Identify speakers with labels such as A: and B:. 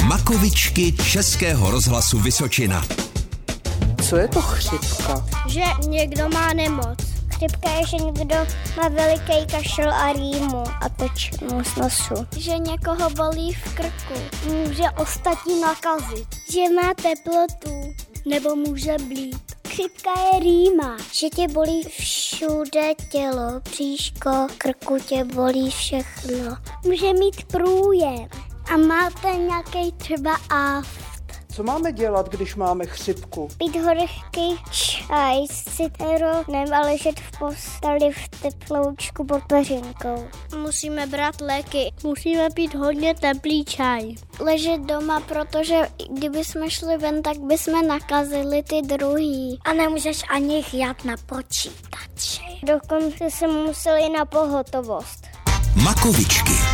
A: Šokovičky Českého rozhlasu Vysočina.
B: Co je to chřipka?
C: že někdo má nemoc. Chřipka je, že někdo má veliký kašel a rýmu a teč mu z nosu. Že někoho bolí v krku. Může ostatní nakazit. Že má teplotu. Nebo může blít. Chřipka je rýma. Že tě bolí všude tělo, příško, krku tě bolí všechno. Může mít průjem. A máte nějaký třeba a
B: Co máme dělat, když máme chřipku?
C: pít horký čaj s citronem a ležet v posteli v teploučku pod peřinkou. Musíme brát léky. Musíme pít hodně teplý čaj. Ležet doma, protože kdyby jsme šli ven, tak by jsme nakazili ty druhý.
D: A nemůžeš ani jít na počítači.
C: Dokonce jsme museli na pohotovost.
A: Makovičky.